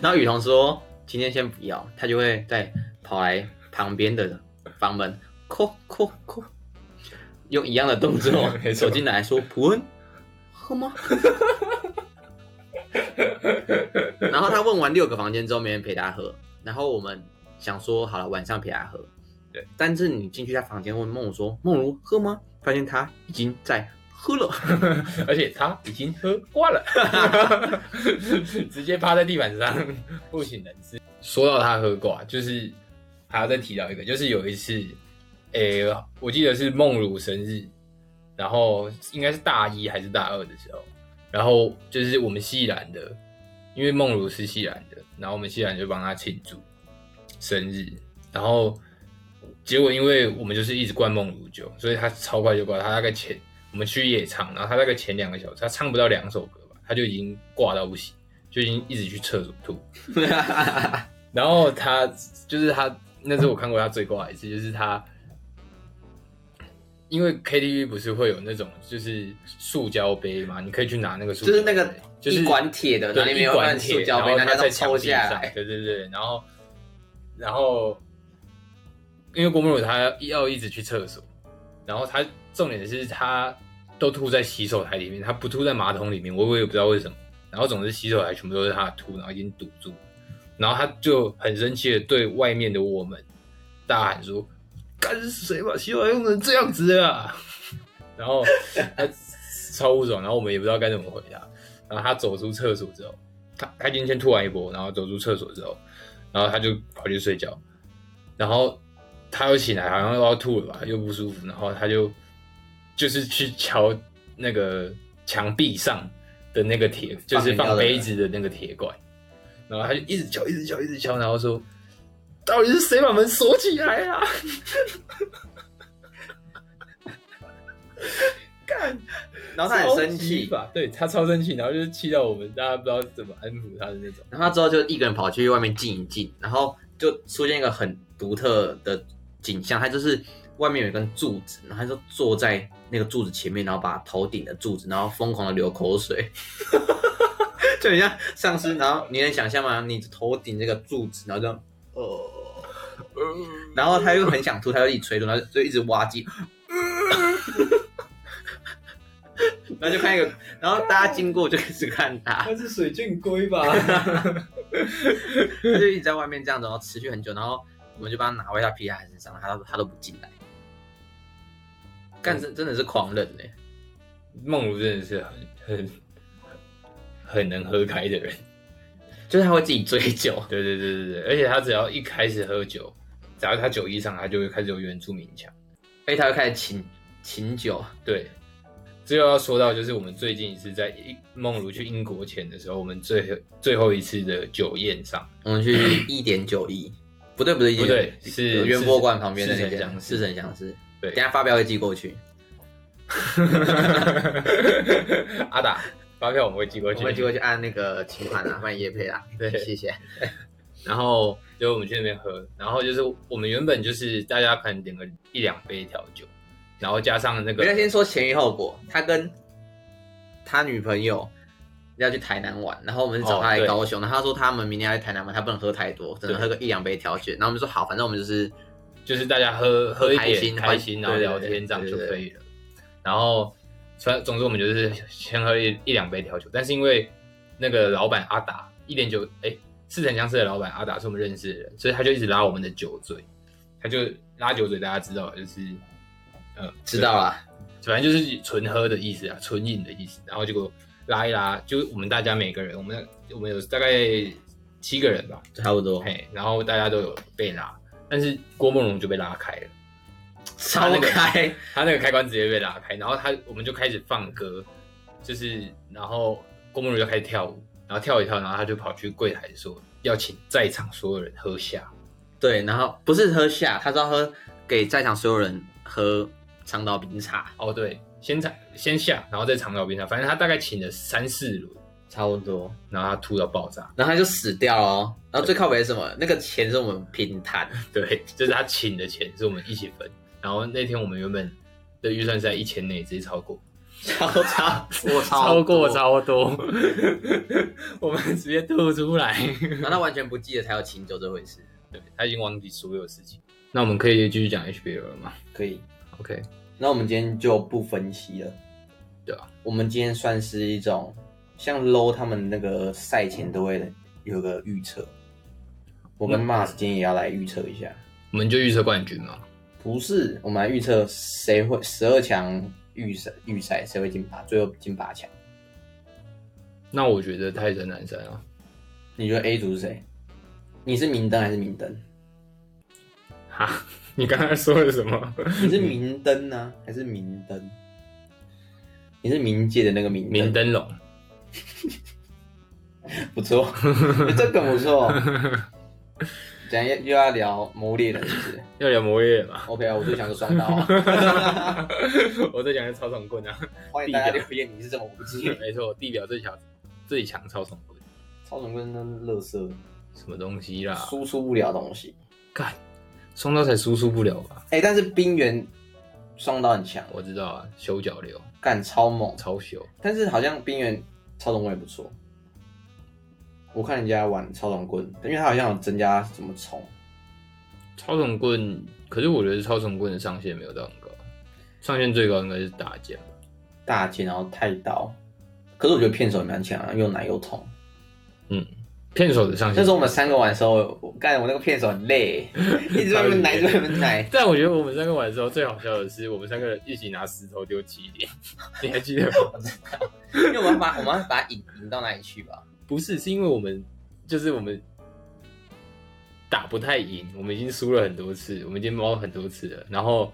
Speaker 2: 然后雨桐说今天先不要，他就会再跑来旁边的房门，扣扣扣，用一样的动作
Speaker 1: <laughs> 没错
Speaker 2: 走进来说普恩喝吗？ <laughs> 然后他问完六个房间之后，没人陪他喝，然后我们想说好了晚上陪他喝，
Speaker 1: 对，
Speaker 2: 但是你进去他房间问梦如说梦如喝吗？发现他已经在喝了。？”
Speaker 1: <laughs> 而且他已经喝挂了， <laughs> 直接趴在地板上，不省人事。说到他喝挂，就是还要再提到一个，就是有一次，诶、我记得是梦如生日，然后应该是大一还是大二的时候，然后就是我们西兰的，因为梦如是西兰的，然后我们西兰就帮他庆祝生日，然后结果因为我们就是一直灌梦如酒，所以他超快就挂，他大概前我们去夜唱，然后他大概前两个小时，他唱不到两首歌吧，他就已经挂到不行，就已经一直去厕所吐，然后他就是他，那是我看过他最挂的一次，就是他，因为 KTV 不是会有那种就是塑胶杯嘛，你可以去拿那个塑胶
Speaker 2: 就
Speaker 1: 杯，
Speaker 2: 是那个
Speaker 1: 就是
Speaker 2: 一管铁的，
Speaker 1: 对
Speaker 2: 那里面
Speaker 1: 一
Speaker 2: 有
Speaker 1: 管
Speaker 2: 那
Speaker 1: 铁
Speaker 2: 塑胶杯，
Speaker 1: 然
Speaker 2: 那
Speaker 1: 后他
Speaker 2: 都
Speaker 1: 在墙
Speaker 2: 抽
Speaker 1: 壁
Speaker 2: 下
Speaker 1: 上
Speaker 2: 来，
Speaker 1: 对对对，然后然后因为郭沫若他要一直去厕所，然后他重点是他都吐在洗手台里面，他不吐在马桶里面，我我也不知道为什么。然后总之洗手台全部都是他的吐，然后已经堵住了，然后他就很生气的对外面的我们大喊说：“干是谁把洗手台用成这样子的啊？” <laughs> 然后他超不爽，然后我们也不知道该怎么回他。然后他走出厕所之后，他他今天吐完一波，然后走出厕所之后，然后他就跑去睡觉，然后他又醒来，好像又要吐了吧，又不舒服，然后他就就是去敲那个墙壁上的那个铁，就是放杯子的那个铁管，然后他就一直敲，一直敲，一直敲，然后说：“到底是谁把门锁起来啊？”干，哦
Speaker 2: 然后他很生气，
Speaker 1: 吧？对他超生气，然后就是气到我们大家不知道怎么安抚他的那种。
Speaker 2: 然后他之后就一个人跑去外面静一静，然后就出现一个很独特的景象，他就是外面有一根柱子，然后他就坐在那个柱子前面，然后把头顶的柱子，然后疯狂的流口水，就很像丧尸。然后你能想象吗？你头顶这个柱子，然后就
Speaker 1: 哦
Speaker 2: 呃，然后他又很想吐，他就一直催吐，然后就一直挖机。然后就看一个，然后大家经过就开始看他，
Speaker 1: 是水箭龟吧？
Speaker 2: 他就一直在外面这样子，然后持续很久，然后我们就帮他拿回他皮在他身上，他都他都不进来。干真真的是狂人哎、
Speaker 1: <laughs> 梦如真的是很很很能喝开的人，
Speaker 2: 就是他会自己追酒，
Speaker 1: 对对对对对，而且他只要一开始喝酒，只要他酒意上，他就会开始有原住民腔。
Speaker 2: 而且他会开始请请酒，
Speaker 1: 对，这又要说到就是我们最近一次在英梦如去英国前的时候，我们最后最后一次的酒宴上， <laughs>
Speaker 2: 我们去
Speaker 1: <coughs>
Speaker 2: 一点九亿，不对不对
Speaker 1: 不对是
Speaker 2: 圆波馆旁边的那
Speaker 1: 是
Speaker 2: 间
Speaker 1: 城
Speaker 2: 四
Speaker 1: 乡
Speaker 2: 神相思，
Speaker 1: 对
Speaker 2: 等一下发票会寄过去，
Speaker 1: 阿达发票我们会寄过
Speaker 2: 我
Speaker 1: 去，
Speaker 2: 会寄过去按那个请款啊，换叶配啊，
Speaker 1: 对
Speaker 2: 谢谢。
Speaker 1: 然后就我们去那边喝，然后就是我们原本就是大家可能点个一两杯调酒，然后加上那
Speaker 2: 我
Speaker 1: 个
Speaker 2: 们要先说前因后果，他跟他女朋友要去台南玩，然后我们是找他
Speaker 1: 哦
Speaker 2: 来
Speaker 1: 对
Speaker 2: 高雄，然后他说他们明天要去台南玩，他不能喝太多，只能喝个一两杯调酒。然后我们就说好，反正我们就是
Speaker 1: 就是大家喝喝一
Speaker 2: 开
Speaker 1: 点
Speaker 2: 心
Speaker 1: 开心，然后
Speaker 2: 对对
Speaker 1: 聊
Speaker 2: 对
Speaker 1: 天这样
Speaker 2: 对
Speaker 1: 就
Speaker 2: 对
Speaker 1: 可以了。然后，所以总之我们就是先喝一一两杯调酒，但是因为那个老板阿达一点九，哎，似曾相识的老板阿达是我们认识的人，所以他就一直拉我们的酒嘴，他就拉酒嘴，大家知道就是，呃，
Speaker 3: 知道啦，
Speaker 1: 反正就是纯喝的意思啊，纯饮的意思。然后结果拉一拉，就是我们大家每个人，我们我们有大概七个人吧，
Speaker 3: 差不多，
Speaker 1: 嘿，然后大家都有被拉，但是郭梦龙就被拉开了，
Speaker 3: 超
Speaker 1: 那个
Speaker 3: 开，
Speaker 1: 他那个开关直接被拉开，然后他我们就开始放歌，就是然后郭梦龙就开始跳舞，然后跳一跳，然后他就跑去柜台说要请在场所有人喝下，
Speaker 3: <laughs> 对，然后不是喝下，他是要喝给在场所有人喝长岛冰茶，
Speaker 1: 哦对，先在先下，然后再长岛冰上，反正他大概请了三四轮，
Speaker 3: 差不多，
Speaker 1: 然后他吐到爆炸，
Speaker 3: 然后他就死掉了哦。然后最靠北是什么？那个钱是我们平 <laughs> 摊，
Speaker 1: 对， <laughs> 就是他请的钱是我们一起分，然后那天我们原本的预算是在一千内，直接超过。
Speaker 3: 超超我
Speaker 1: 超过
Speaker 3: 过，
Speaker 1: 超 <laughs> 多，我们直接吐出来。
Speaker 3: 然后他完全不记得他有清酒这回事。
Speaker 1: 对 <laughs> 他已经忘记所有事情。那我们可以继续讲 HBO 了吗
Speaker 2: 可以。
Speaker 1: ？OK，
Speaker 2: 那我们今天就不分析了。
Speaker 1: 对啊，
Speaker 2: 我们今天算是一种像 low 他们那个赛前都会有个预测，我跟 Mars 今天也要来预测一下。
Speaker 1: 我们就预测冠军嘛。
Speaker 2: 不是，我们来预测谁会十二强预赛预赛谁会进八，最后进八强。
Speaker 1: 那我觉得泰森男生啊，
Speaker 2: 你觉得 A 组是谁？你是明灯还是明灯？
Speaker 1: 哈，你刚才说了什么？
Speaker 2: 你是明
Speaker 1: <laughs>
Speaker 2: 灯呢、还是明灯？你是冥界的那个明
Speaker 1: 明灯笼，
Speaker 2: 不错，这个不错。等一下又又要聊谋猎人是不是
Speaker 1: <laughs> 要聊魔月 <laughs> 嘛？
Speaker 2: ？OK 啊，我就想说双刀啊、
Speaker 1: <laughs> 我在讲的超爽棍啊，
Speaker 2: 欢迎大家留言，你是怎么无知？
Speaker 1: 没错，地表最强最强超爽棍，
Speaker 2: 超总棍那乐色，
Speaker 1: 什么东西啦？
Speaker 2: 输出不了东西。
Speaker 1: 干，双刀才输出不了吧？
Speaker 2: 哎、但是冰原双刀很强，
Speaker 1: 我知道啊，修脚流
Speaker 2: 干超猛。
Speaker 1: 超修，
Speaker 2: 但是好像冰原超总棍也不错，我看人家玩超总棍，因为他好像有增加什么虫，
Speaker 1: 超爽棍。可是我觉得超爽棍的上限没有到很高，上限最高应该是大剑。
Speaker 2: 大剑然后太刀。可是我觉得片手也蛮强啊，又奶又痛。
Speaker 1: 片手的上限
Speaker 2: 那时候我们三个玩的时候，我干我那个片手很累，一直在那边奶，一直在那边奶。
Speaker 1: 但我觉得我们三个玩的时候最好笑的是，我们三个人一起拿石头丢起点，你还记得吗？ <laughs>
Speaker 2: <laughs> 因为我们要把我们要把它引引到哪里去吧？
Speaker 1: 不是，是因为我们就是我们打不太赢，我们已经输了很多次，我们已经猫很多次了，然后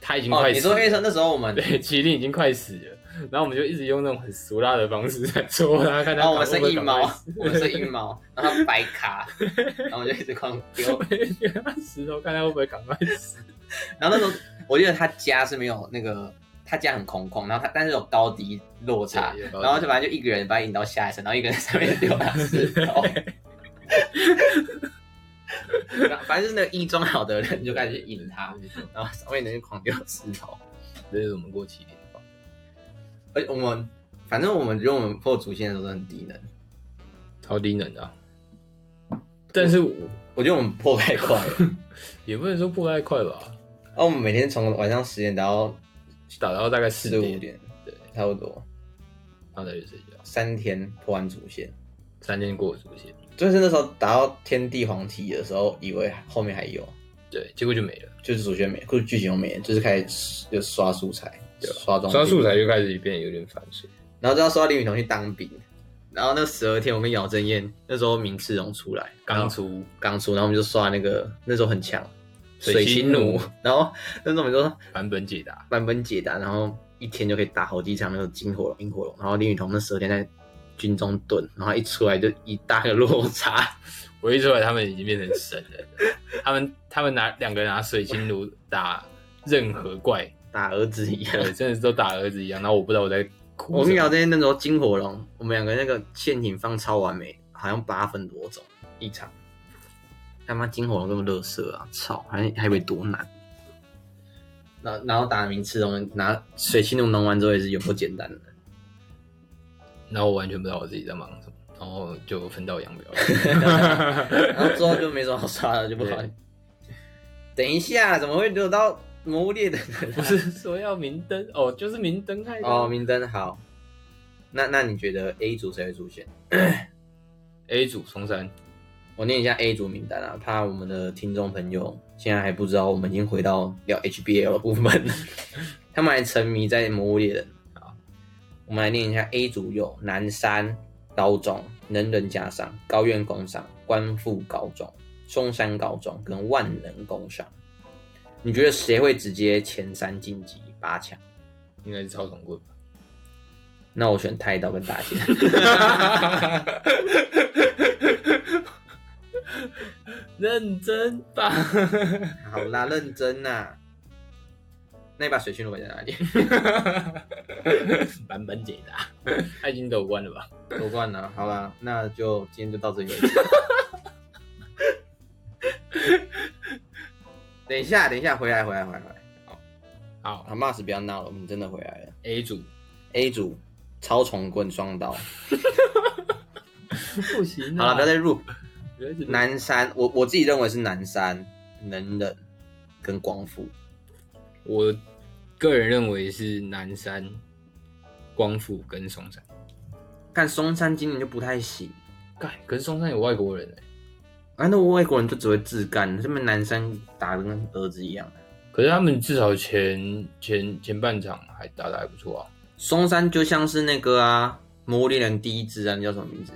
Speaker 1: 他已经
Speaker 2: 哦，
Speaker 1: 快
Speaker 2: 你
Speaker 1: 死
Speaker 2: 说因为
Speaker 1: 了，
Speaker 2: 那时候我们，
Speaker 1: 对，麒麟已经快死了，然后我们就一直用那种很俗辣的方式在
Speaker 2: <laughs>
Speaker 1: 戳他，看他
Speaker 2: 然后我们
Speaker 1: 是
Speaker 2: 是一毛， <laughs> 我们是一毛，然后它白
Speaker 1: <laughs>
Speaker 2: 卡，然后我就一直狂丢。
Speaker 1: 石头看他会不会赶快死。
Speaker 2: 然后那时候我记得他家是没有那个，他家很空旷，然后他但是有高低落差
Speaker 1: 对有，高低
Speaker 2: 然后就反正就一个人把他引到下一层，然后一个人在上面丢他石
Speaker 1: <laughs>
Speaker 2: 头。 <laughs> 然后反正就是那个一装好的 <laughs> 人就开始去引他，然后上面的人就狂丢石头。
Speaker 1: <laughs> 这是我们过麒麟的方式，
Speaker 2: 而且我们反正我们觉得我们破主线的时候都很低能，
Speaker 1: 超低能的啊、但是我
Speaker 2: 我觉得我们破
Speaker 1: <laughs>
Speaker 2: 太快了。
Speaker 1: 也不能说破太快吧，
Speaker 2: 哦，我们每天从晚上十点打到
Speaker 1: 打到大概四
Speaker 2: 四五
Speaker 1: 点，
Speaker 2: 点，
Speaker 1: 对，
Speaker 2: 差不多
Speaker 1: 然后再去睡觉，
Speaker 2: 三天破完主线。
Speaker 1: 三天过主线，
Speaker 2: 就是那时候打到天地黄体的时候，以为后面还有，
Speaker 1: 对，结果就没了。
Speaker 2: 就是主线没，就是剧情没，就是开始就刷素材，
Speaker 1: 对啊
Speaker 2: 刷装备
Speaker 1: 刷素材就开始变有点反水，
Speaker 2: 然后就要刷林允彤去当兵。然后那十二天，我跟姚正燕那时候明赤荣出来，
Speaker 1: 刚出
Speaker 2: 刚出，然后我们就刷那个那时候很强
Speaker 1: 水
Speaker 2: 星
Speaker 1: 星弩
Speaker 2: 弩，然后那时候我们就
Speaker 1: 版本解答，
Speaker 2: 版本解答，然后一天就可以打好几场那种金火龙、银火龙。然后林雨桐那十二天在军中蹲，然后一出来就一大个落差，
Speaker 1: 我一出来他们已经变成神人了，他们他们拿两个拿水晶炉打任何怪，
Speaker 2: 打儿子
Speaker 1: <laughs>
Speaker 2: 一样。
Speaker 1: 对，真的是都打儿子一样，然后我不知道我在哭
Speaker 2: 我跟
Speaker 1: 什
Speaker 2: 你
Speaker 1: 么。
Speaker 2: 聊天那时候金火龙，我们两个那个陷阱放超完美，好像八分多种一场。他妈金火龙这么乐色啊！操，还还以为多难。然后然后打名次，我们拿水星龙弄完之后也是有多简单的。
Speaker 1: 然后我完全不知道我自己在忙什么，然后就分道扬镳了。
Speaker 2: <laughs> 然后
Speaker 1: <laughs>
Speaker 2: 之后就没什么好刷的，就不玩。等一下，怎么会留到魔物猎的人啊？
Speaker 1: 不是说要明灯哦，就是明灯开的啊
Speaker 2: 哦，明灯好，那那你觉得 A 组谁会出现？
Speaker 1: A 组松山，
Speaker 2: 我念一下 A 组名单啊，怕我们的听众朋友现在还不知道，我们已经回到聊 HBL 的部分 <laughs> 了，他们还沉迷在《魔物猎人》啊。我们来念一下 A 组有南山高中、能仁家商、高院工商、官复高中、松山高中跟万能工商。你觉得谁会直接前三晋级八强？
Speaker 1: 应该是超总棍 <laughs> 吧。
Speaker 2: 那我选泰道跟大仙。
Speaker 1: 认真吧，
Speaker 2: <laughs> 好啦，认真呐、那你把水星罗在哪里？
Speaker 1: 版本解答，他已经夺冠了吧？
Speaker 2: 夺冠 <laughs> 了，好啦，那就今天就到这里 <laughs> 为止。等一下，等一下，回来，回来，回来，回来。
Speaker 1: 好
Speaker 2: 阿妈啊是不要闹了，我们真的回来了。
Speaker 1: ，A 组
Speaker 2: A 组超重棍双刀，
Speaker 1: 不行啊
Speaker 2: 好了，不要再入。
Speaker 1: 要再
Speaker 2: 南山，我我自己认为是南山、能忍跟光复。
Speaker 1: 我个人认为是南山、光复跟松山。
Speaker 2: 但松山今年就不太行，
Speaker 1: 干，可是松山有外国人哎、
Speaker 2: 啊，那外国人就只会自干，他们南山打的跟儿子一样。
Speaker 1: 可是他们至少前前前半场还打得还不错啊。
Speaker 2: 松山就像是那个啊，《魔物猎人》第一只啊，你叫什么名字？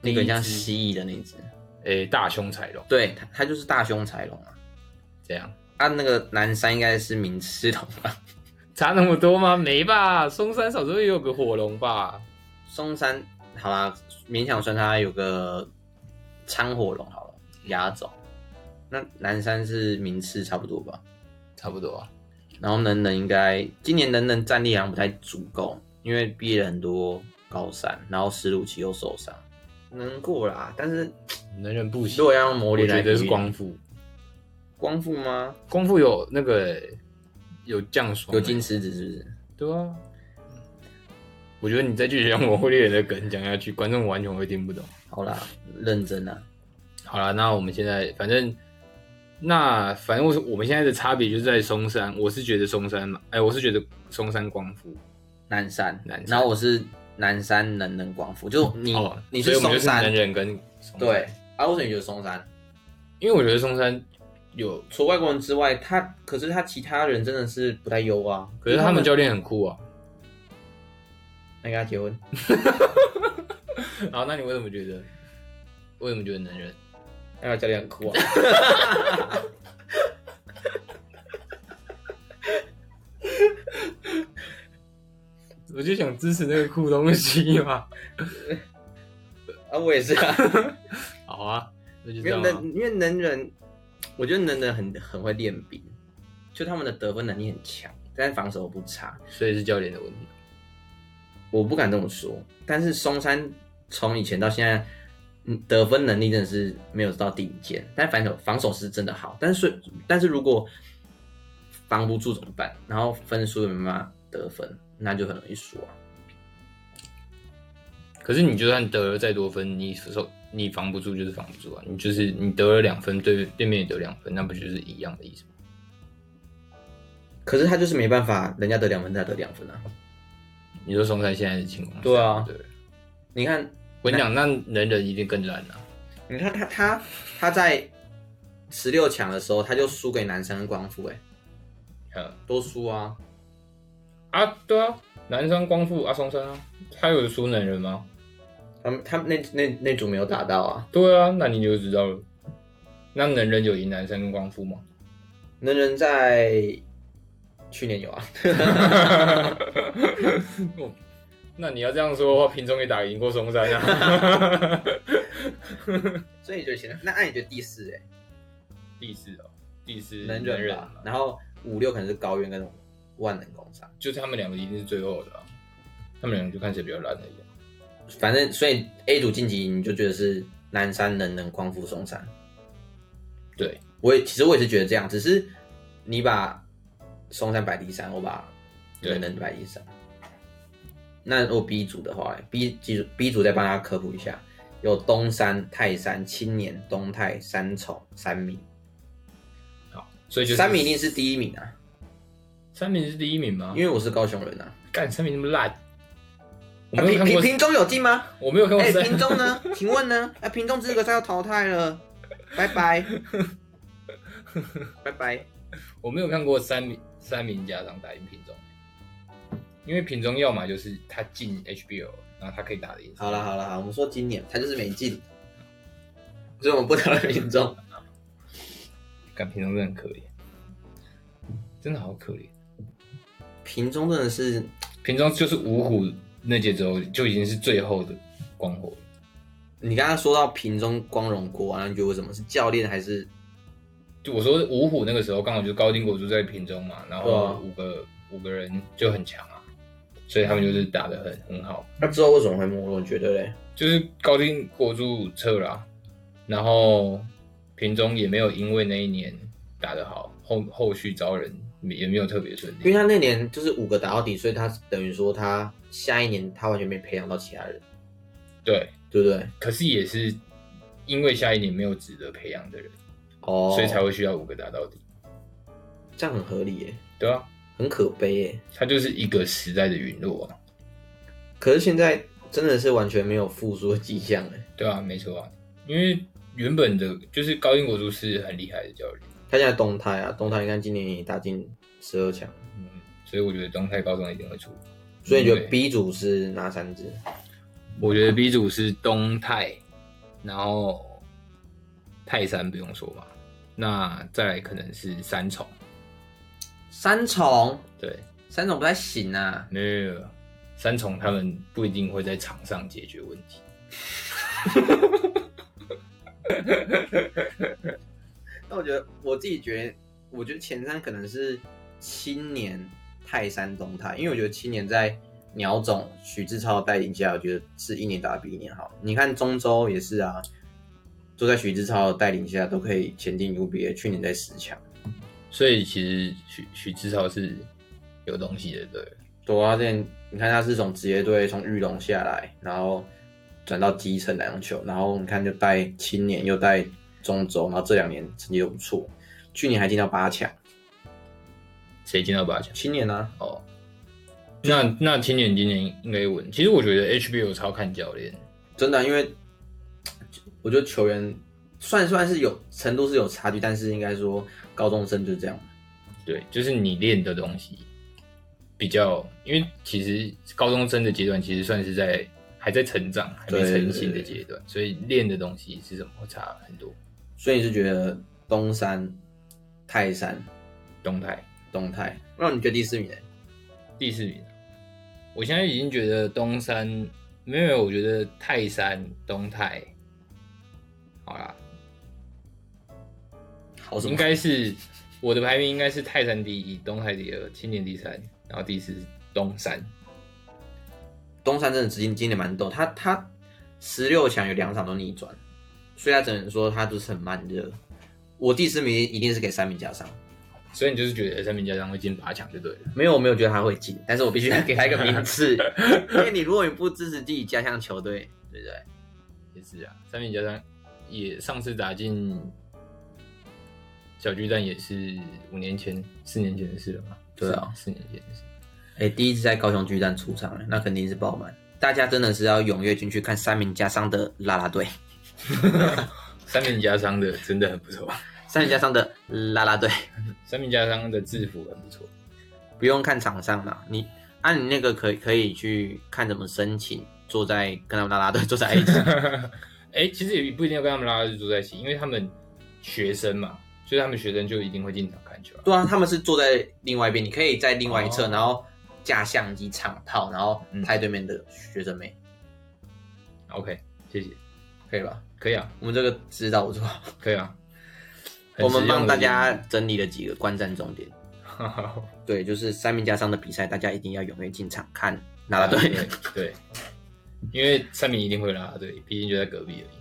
Speaker 2: 那个很像
Speaker 1: 第一只
Speaker 2: 蜥蜴的那只，
Speaker 1: 诶、大胸彩龙
Speaker 2: 对，它它就是大胸柴龙啊。
Speaker 1: 这样
Speaker 2: 啊，那个南山应该是明赤龙吧？
Speaker 1: 差那么多吗？没吧，松山少说也有个火龙吧。
Speaker 2: <laughs> 松山好啦，勉强算它有个苍火龙好了，压轴。那南山是明赤差不多吧？
Speaker 1: 差不多啊。
Speaker 2: 然后能能应该今年能能战力好像不太足够，因为毕业了很多高三，然后史鲁奇又受伤，能过啦。但是
Speaker 1: 能人不行，
Speaker 2: 如果要用魔
Speaker 1: 我
Speaker 2: 力
Speaker 1: 觉
Speaker 2: 来比喻，
Speaker 1: 得是光复，
Speaker 2: 光复吗？
Speaker 1: 光复有那个欸、有降霜欸、
Speaker 2: 有金狮子是不是？
Speaker 1: 对啊。我觉得你再继续讲我会猎人的梗讲下去，观众完全会听不懂。
Speaker 2: 好啦，认真啊啦，
Speaker 1: 好了，那我们现在反正那反正我我们现在的差别就是在松山，我是觉得松山嘛，哎、我是觉得松山光复
Speaker 2: 南山，
Speaker 1: 南山
Speaker 2: 然后我是南山能能光复，就你、
Speaker 1: 哦，
Speaker 2: 你
Speaker 1: 所以我们
Speaker 2: 松
Speaker 1: 就是
Speaker 2: 山
Speaker 1: 能人跟松山
Speaker 2: 对，，啊，为什么你觉得松山？
Speaker 1: 因为我觉得松山有，
Speaker 2: 除外国人之外，他可是他其他人真的是不太优啊。
Speaker 1: 可是他们教练很酷啊。
Speaker 2: 那跟他结婚，
Speaker 1: 好，那你为什么觉得为什么觉得能人？
Speaker 2: 那个教练很酷
Speaker 1: <laughs>
Speaker 2: 啊。
Speaker 1: 我就想支持那个酷东西 <laughs> 嘛。
Speaker 2: 啊，我也是
Speaker 1: <laughs>
Speaker 2: 啊，
Speaker 1: 好啊，那就
Speaker 2: 因
Speaker 1: 这
Speaker 2: 为
Speaker 1: 样、啊
Speaker 2: 能。因为能人，我觉得能人很很会练兵，就他们的得分能力很强，但是防守不差。
Speaker 1: 所以是教练的问题。
Speaker 2: 我不敢这么说，但是松山从以前到现在，嗯，得分能力真的是没有到顶尖，但防守防守是真的好，但是但是如果防不住怎么办？然后分数也没办法得分，那就很容易输啊。
Speaker 1: 可是你就算得了再多分，你手你防不住就是防不住啊！你就是你得了两分，对对面也得两分，那不就是一样的意思吗？
Speaker 2: 可是他就是没办法，人家得两分，他得两分啊。
Speaker 1: 你说松山现在的情况是？
Speaker 2: 对啊
Speaker 1: 对。
Speaker 2: 你看，
Speaker 1: 我跟你讲，那能人一定更烂啊！
Speaker 2: 你看他他他在十六强的时候，他就输给南山跟光复、欸，哎，
Speaker 1: 呃
Speaker 2: 都输啊。
Speaker 1: 啊，对啊，南山光复啊，松山啊，他有输能人吗？
Speaker 2: 他们他们那那那组没有打到啊，
Speaker 1: 对啊，那你就知道了。那能人有赢南山跟光复吗？
Speaker 2: 能人在去年有啊。
Speaker 1: 哦那你要这样说的话，平中也打赢过松山啊。 <laughs>
Speaker 2: 所以你觉得前那那你觉得第四哎、
Speaker 1: 第四哦，第四
Speaker 2: 能
Speaker 1: 忍
Speaker 2: 忍吧，然后五六可能是高院跟万能工商，
Speaker 1: 就是他们两个一定是最后的、啊，他们两个就看谁比较烂而已啊、
Speaker 2: 反正所以 A 组晋级你就觉得是南山能能光复松山，
Speaker 1: 对，
Speaker 2: 我也其实我也是觉得这样，只是你把松山摆第三，我把
Speaker 1: 对
Speaker 2: 能能摆第三。那如果 B 组的话欸，B 组 B 组再帮大家科普一下，有东山、泰山、青年、东泰、三重、三明，
Speaker 1: 好，所以就是
Speaker 2: 三明一定是第一名啊，
Speaker 1: 三名是第一名吗？
Speaker 2: 因为我是高雄人啊。
Speaker 1: 干三名那么烂，我
Speaker 2: 啊
Speaker 1: 没有
Speaker 2: 屏
Speaker 1: 看
Speaker 2: 屏
Speaker 1: 过，
Speaker 2: 屏中有进吗？
Speaker 1: 我没有
Speaker 2: <laughs>
Speaker 1: 看过
Speaker 2: 哎，
Speaker 1: 三
Speaker 2: 屏中呢？请问呢？哎，屏中资格赛要淘汰了，拜拜， <laughs> 拜拜。
Speaker 1: 我没有看过三名三名家长打赢品种，因为品种要么就是他进 HBO，然后他可以打得赢。
Speaker 2: 好了好了好，我们说今年他就是没进，所以我们不讨论民众。
Speaker 1: 干品种真的很可怜，真的好可怜。
Speaker 2: 屏中真的是
Speaker 1: 品种就是五虎那届之后就已经是最后的光火了，
Speaker 2: 你刚刚说到瓶中光荣国啊，你觉得为什么是教练还是
Speaker 1: 就我说五虎那个时候刚好就是高定国珠在品种嘛，然
Speaker 2: 对啊
Speaker 1: 后五个、五个人就很强啊，所以他们就是打得很很好。
Speaker 2: 那之后为什么会没落？你觉得嘞？
Speaker 1: 就是高定国柱撤了啊、然后平中也没有因为那一年打得好，后后续招人也没有特别顺
Speaker 2: 因为
Speaker 1: 利。
Speaker 2: 他那年就是五个打到底，所以他等于说他下一年他完全没培养到其他人，
Speaker 1: 对，
Speaker 2: 对不对？
Speaker 1: 可是也是因为下一年没有值得培养的人，
Speaker 2: 哦，
Speaker 1: 所以才会需要五个打到底。
Speaker 2: 这样很合理耶，
Speaker 1: 对啊，
Speaker 2: 很可悲耶。
Speaker 1: 他就是一个时代的陨落啊。
Speaker 2: 可是现在真的是完全没有复苏的迹象哎，
Speaker 1: 对啊，没错啊，因为原本的就是高定国柱是很厉害的教练，
Speaker 2: 他现在东泰啊，东泰你看今年也打进十二强，
Speaker 1: 嗯，所以我觉得东泰高中一定会出。
Speaker 2: 所以你觉得
Speaker 1: 对
Speaker 2: B 组是哪三支？
Speaker 1: 我觉得 B 组是东泰，然后泰山不用说嘛，那再来可能是三重，
Speaker 2: 三重，
Speaker 1: 对，
Speaker 2: 三重不太行啊，
Speaker 1: 没有没有没有三重他们不一定会在场上解决问题，
Speaker 2: 但我觉得我自己觉得，我觉得前三可能是青年泰山东泰，因为我觉得青年在鸟总许志超的带领下，我觉得是一年打比一年好。你看中州也是啊，都在许志超的带领下都可以前进 UBA，去年在十强。
Speaker 1: 所以其实许许志超是有东西的，对，
Speaker 2: 对啊，之前你看他是从职业队从玉龙下来，然后转到基层篮球，然后你看就带青年又带中州，然后这两年成绩都不错，去年还进到八强，
Speaker 1: 谁进到八强？
Speaker 2: 青年啊。
Speaker 1: 哦，那那青年今年应该稳，其实我觉得 HBO 超看教练，
Speaker 2: 真的啊、因为我觉得球员算算是有程度是有差距，但是应该说高中生就是这样。
Speaker 1: 对，就是你练的东西比较，因为其实高中生的阶段其实算是在还在成长、还没
Speaker 2: 对
Speaker 1: 成型的
Speaker 2: 对对
Speaker 1: 阶段，所以练的东西是什么会差很多。
Speaker 2: 所以你是觉得东山、泰山、
Speaker 1: 东泰
Speaker 2: 东泰，那你觉得第四名呢？
Speaker 1: 第四名，我现在已经觉得东山没有没有，我觉得泰山、东泰，好啦，
Speaker 2: 好什么
Speaker 1: 应该是我的排名应该是泰山第一，东泰第二，青年第三，然后第四是东山。
Speaker 2: 东山真的今今年蛮逗，他他十六强有两场都逆转，所以他只能说他就是很慢热。我第四名一定是给三名加上，
Speaker 1: 所以你就是觉得三名家长会进八强就对了。
Speaker 2: 没有我没有觉得他会进，但是我必须要给他一个名次，因为你如果你不支持自己家乡球队，对不对？
Speaker 1: 也是啊，三名加上也上次打进小巨蛋也是五年前、四年前的事了嘛？
Speaker 2: 对啊
Speaker 1: 四四年前的事。
Speaker 2: 哎、第一次在高雄巨蛋出场，那肯定是爆满。大家真的是要踊跃进去看三名家商的啦啦队，
Speaker 1: 三名加商的真的很不错，
Speaker 2: 三名家商的啦啦队，
Speaker 1: <laughs> 三名加商的制服很不 <laughs> 错。
Speaker 2: 不用看场上啦，你按、你那个可以可以去看怎么申请，坐在跟他们啦啦队坐在一起。
Speaker 1: 哎、其实也不一定要跟他们拉拉队住在一起，因为他们学生嘛，所以他们学生就一定会进场看球、啊。
Speaker 2: 对啊，他们是坐在另外一边，你可以在另外一侧，
Speaker 1: 哦
Speaker 2: 然后架相机场套，然后拍对面的学生妹，
Speaker 1: OK，谢谢，
Speaker 2: 可以吧？
Speaker 1: 可以啊，
Speaker 2: 我们这个指导我做好，
Speaker 1: 可以啊。很
Speaker 2: 我们
Speaker 1: 实用
Speaker 2: 帮
Speaker 1: 的
Speaker 2: 大家整理了几个观战重点。
Speaker 1: 好，
Speaker 2: 对，就是三名加商的比赛，大家一定要踊跃进场看啦啦队。
Speaker 1: <laughs> 对对，因为三名一定会拉拉队，毕竟就在隔壁而已。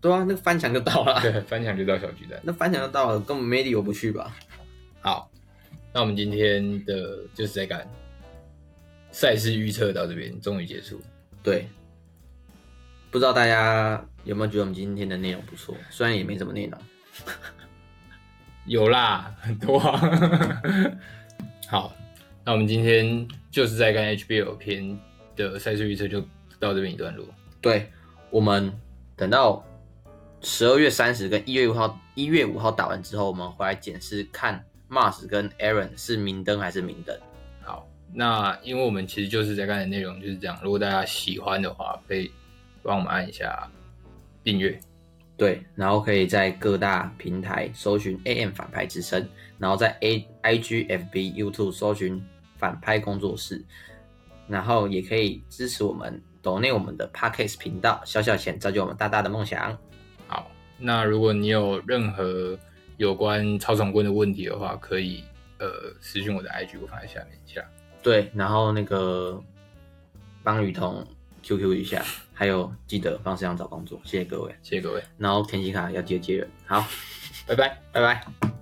Speaker 2: 对啊，那个翻墙就到了，
Speaker 1: <laughs> 对，翻墙就到小巨蛋。
Speaker 2: 那翻墙就到了，根本没理由不去吧？
Speaker 1: 好，那我们今天的就是在干赛事预测到这边终于结束。
Speaker 2: 对，不知道大家有没有觉得我们今天的内容不错？虽然也没什么内容，
Speaker 1: 有啦，很多、 <laughs> 啊。好，那我们今天就是在干 HBO 篇的赛事预测就到这边一段落。
Speaker 2: 对，我们等到十二月三十跟一月五号，一月五号打完之后，我们回来检视看 Mars 跟 Aaron 是明灯还是明灯。
Speaker 1: 好，那因为我们其实就是在干的内容就是这样，如果大家喜欢的话，可以帮我们按一下订阅。
Speaker 2: 对，然后可以在各大平台搜寻 AM 反派之声，然后在 A I G F B YouTube 搜寻反派工作室，然后也可以支持我们，抖内我们的 Pockets 频道，小小钱造就我们大大的梦想。
Speaker 1: 好，那如果你有任何有关超总棍的问题的话，可以呃私信我的 IG，我放在下面一下。
Speaker 2: 对，然后那个帮雨桐 QQ 一下，还有记得帮市长找工作，谢谢各位。
Speaker 1: 谢谢各位，
Speaker 2: 然后田西卡要接接人，好，
Speaker 1: 拜拜。
Speaker 2: 拜拜。